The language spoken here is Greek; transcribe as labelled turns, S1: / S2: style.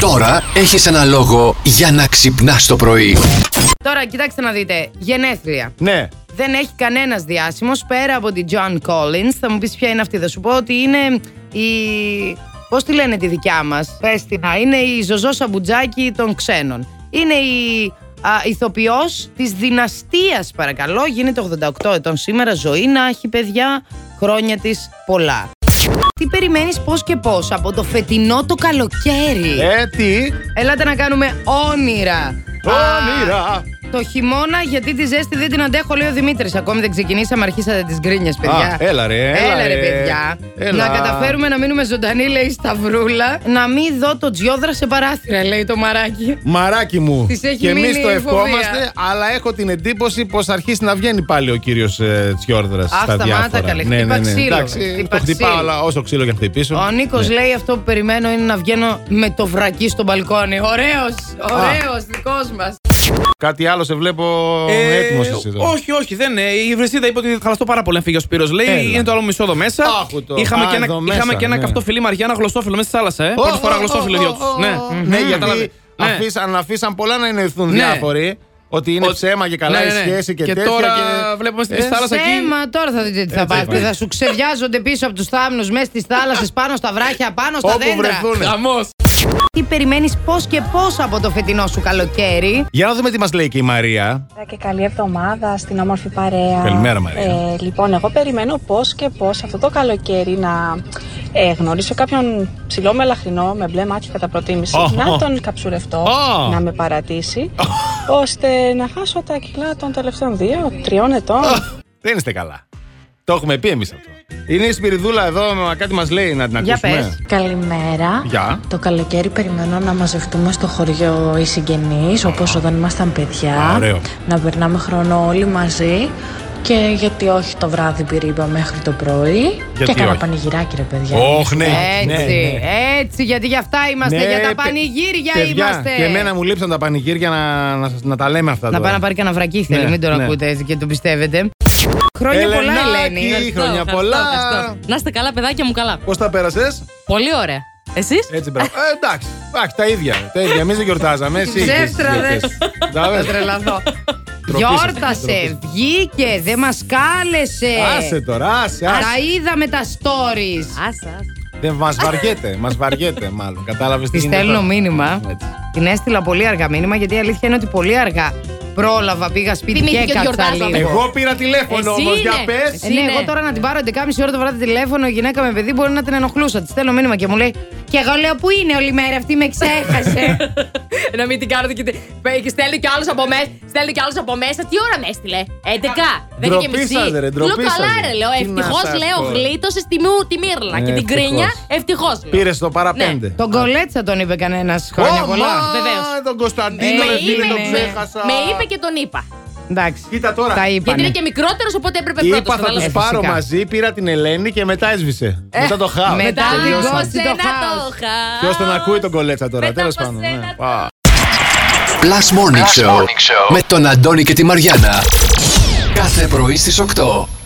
S1: Τώρα έχεις ένα λόγο για να ξυπνάς το πρωί.
S2: Τώρα, κοιτάξτε να δείτε. Γενέθλια.
S3: Ναι.
S2: Δεν έχει κανένας διάσημος πέρα από την John Collins. Θα μου πεις ποια είναι αυτή. Θα σου πω ότι είναι η. Πώς τη λένε τη δικιά μας. Πες τη να. Είναι η Ζωζό Σαμπουτζάκη των ξένων. Είναι η α, ηθοποιός της δυναστείας παρακαλώ Γίνεται 88 ετών σήμερα ζωή να έχει παιδιά Χρόνια της πολλά Τι περιμένεις πώς και πώς από το φετινό το καλοκαίρι
S3: Ε, τι.
S2: Ελάτε να κάνουμε όνειρα Α,
S3: Όνειρα.
S2: το χειμώνα, γιατί τη ζέστη δεν την αντέχω, λέει ο Δημήτρης. Ακόμη δεν ξεκινήσαμε, αρχίσατε τις γκρίνιες, παιδιά.
S3: Α, έλα ρε, έλα
S2: ρε,
S3: ρε.
S2: παιδιά.
S3: Έλα.
S2: Να καταφέρουμε να μείνουμε ζωντανοί, λέει η Σταυρούλα. Να μην δω το τζιόδρα σε παράθυρα, λέει το μαράκι.
S3: Μαράκι μου.
S2: Της έχει
S3: και εμείς
S2: μείνει
S3: το
S2: η
S3: ευχόμαστε,
S2: φοβία.
S3: αλλά έχω την εντύπωση πως αρχίσει να βγαίνει πάλι ο κύριος ε, Τσιόρδρα.
S2: Αχ,
S3: στα
S2: σταμάτα,
S3: διάφορα. Ναι,
S2: καλέ. Χτύπα ξύλο,
S3: Εντάξει,
S2: χτύπα
S3: το χτυπάω,
S2: ξύλο.
S3: αλλά όσο ξύλο και αν χτυπήσω.
S2: Ο Νίκο
S3: Ναι.
S2: λέει αυτό που περιμένω είναι να βγαίνω με το βρακί στο μπαλκόνι. Ωραίος, ωραίος, δικός μας.
S3: Κάτι άλλο σε βλέπω
S4: Ε,
S3: έτοιμος εσύ εδώ.
S4: Όχι, όχι, δεν είναι. Η Βρεσίδα είπε ότι χαλαστώ πάρα πολύ αν φύγει ο Σπύρος. Λέει,
S3: Έλα.
S4: είναι το άλλο μισό εδώ μέσα.
S3: Άκου το.
S4: Είχαμε,
S3: Α,
S4: και ένα,
S3: εδώ μέσα,
S4: είχαμε και ένα
S3: ναι.
S4: καυτό φιλί Μαριά, ένα γλωστόφυλλο μέσα στη θάλασσα. Ε.
S3: Ω,
S4: Πρώτη φορά
S3: ω,
S4: γλωστόφυλλο
S3: ω,
S4: δυο
S3: ω,
S4: του.
S3: ω,
S4: Ναι,
S3: ω.
S4: μμμ,
S3: Ναι, γιατί
S4: κατάλαβε. Ναι.
S3: αφήσαν, αφήσαν πολλά να ενεθούν
S4: Ναι.
S3: διάφοροι. Ότι είναι
S4: Ο-
S3: ψέμα και καλά
S4: Ναι,
S3: η
S4: ναι.
S3: σχέση και,
S4: Και
S3: τέτοια.
S4: τώρα
S3: και...
S4: βλέπουμε στη
S3: Ε,
S4: θάλασσα εκεί.
S2: Σέμα, τώρα θα δείτε τι θα πάτε.
S3: είπα.
S2: Θα σου ξεδιάζονται πίσω από τους θάμνους, μέσα στις θάλασσες, πάνω στα βράχια, πάνω στα
S3: Όπου
S2: δέντρα.
S3: βρεθούνε.
S4: Χαμός.
S2: Τι περιμένεις πώς και πώς από το φετινό σου καλοκαίρι.
S3: Για να δούμε τι μας λέει και η Μαρία.
S5: Καλησπέρα και καλή εβδομάδα στην όμορφη παρέα.
S3: Καλημέρα, Μαρία.
S5: Ε, λοιπόν, εγώ περιμένω πώς και πώς αυτό το καλοκαίρι να ε, γνωρίσω κάποιον ψηλό μελαχρινό με μπλε μάτι κατά προτίμηση.
S3: Ω, ω.
S5: να τον καψουρευτώ,
S3: Ω.
S5: να με παρατήσει, ώστε να χάσω τα κιλά των τελευταίων δύο-τριών ετών.
S3: Δεν είστε καλά. Το έχουμε πει εμείς αυτό. Είναι η Σπυριδούλα εδώ, μα- κάτι μας λέει να την
S2: Για
S3: ακούσουμε.
S2: πες.
S6: Καλημέρα.
S3: Γεια.
S6: Το καλοκαίρι περιμένω να μαζευτούμε στο χωριό οι συγγενείς, όπως όταν ήμασταν παιδιά.
S3: Ωραίο.
S6: Να περνάμε χρόνο όλοι μαζί. Και γιατί όχι το βράδυ πυρήπα μέχρι το πρωί.
S3: Γιατί
S6: και κάνα
S3: όχι.
S6: πανηγυράκι ρε παιδιά.
S3: Όχι, ναι.
S2: έτσι,
S3: ναι, ναι.
S2: έτσι, γιατί για αυτά είμαστε,
S3: Ναι,
S2: για τα
S3: παι-
S2: πανηγύρια
S3: παιδιά,
S2: είμαστε.
S3: Και εμένα μου λείψαν τα πανηγύρια να, να, σας- να τα λέμε αυτά.
S2: Να
S3: τώρα.
S2: πάει να πάρει κανένα βρακί, θέλει,
S3: Ναι,
S2: μην τον
S3: ναι.
S2: ακούτε έτσι και τον πιστεύετε. Χρόνια πολλά,
S3: Ελενάκη,
S2: Ελένη.
S3: Χρόνια πολλά.
S7: Να είστε καλά, παιδάκια μου, καλά.
S3: Πώς τα πέρασες,
S7: Πολύ ωραία. Εσείς.
S3: Έτσι, μπράβο. Ε, εντάξει, εντάξει, τα ίδια. Τα ίδια. Εμείς δεν γιορτάζαμε. Εσύ. είχες
S2: Ψεύτρα, δε.
S3: γιορτές. Τα
S2: Θα
S3: βες.
S2: τρελαθώ.
S3: Ντροπή σας, ντροπή
S2: Γιόρτασε, βγήκε, δεν μας κάλεσε.
S3: Άσε τώρα, άσε, άσε.
S2: Τα είδαμε τα stories.
S7: Άσα.
S3: Δεν μας βαριέται, μας βαριέται μάλλον. Κατάλαβες τι
S2: Τη
S3: γίνεται
S2: στέλνω
S3: τώρα. Ναι,
S2: μήνυμα.
S3: Έτσι.
S2: Την έστειλα πολύ αργά μήνυμα γιατί η αλήθεια είναι ότι πολύ αργά πρόλαβα, πήγα σπίτι
S7: Θυμήθηκε
S2: και
S7: ότι
S2: έκατσα
S7: γιορτάζαμε.
S2: λίγο.
S3: Εγώ πήρα τηλέφωνο
S7: Εσύ
S3: όμως για
S7: είναι.
S3: πες.
S2: Λοιπόν. Ε, ναι,
S7: Ναι.
S2: εγώ τώρα να την πάρω 11.30 ώρα το βράδυ τηλέφωνο, η γυναίκα με παιδί μπορεί να την ενοχλούσα. Της στέλνω μήνυμα και μου λέει: Και εγώ λέω που είναι όλη μέρα, αυτή με ξέχασε.
S7: να μην την κάνετε και. τη- Και στέλνει κι άλλο από μέσα. Στέλνει κι άλλο από μέσα. Τι ώρα με έστειλε. 11. 10 και
S3: Ντροπή
S7: μισή.
S3: σας, ρε, ντροπή
S7: Λέω, καλά,
S3: σας.
S7: ρε, λέω.
S3: Τι να
S7: Ευτυχώς,
S3: σας
S7: λέω,
S3: πω. Ναι,
S7: γλίτωσες τη, μου, τη Μύρλα. Και την
S3: Ευτυχώς.
S7: κρίνια, Ε, ευτυχώ.
S3: Πήρες το παραπέντε.
S2: Ναι, τον κολέτσα τον είπε κανένας χρόνια
S3: Ω,
S2: πολλά.
S3: μα,
S7: βεβαίως.
S3: Τον
S7: Με
S3: Κωνσταντίνο, ρε φίλε, τον
S7: είπε,
S3: ξέχασα.
S7: με είπε και τον είπα.
S2: Εντάξει.
S3: Κοίτα τώρα.
S2: Τα είπανε.
S7: Γιατί είναι και μικρότερος, οπότε έπρεπε πρώτος.
S3: Είπα θα του πάρω
S2: φυσικά.
S3: μαζί, πήρα την Ελένη και μετά έσβησε. μετά το χάος.
S2: μετά
S7: Τα
S2: λίγο
S7: δικό
S2: Τελειώσαμε.
S7: σένα
S2: χάος.
S7: το χάος.
S3: Ποιος τον ακούει τον κολέτσα τώρα,
S7: Μετά
S3: τέλος
S7: από
S3: πάντων.
S7: σένα
S3: ναι.
S7: το-
S3: Πα.
S1: Plus Morning, Show, με τον Αντώνη και τη Μαριάνα. Κάθε πρωί στις 8.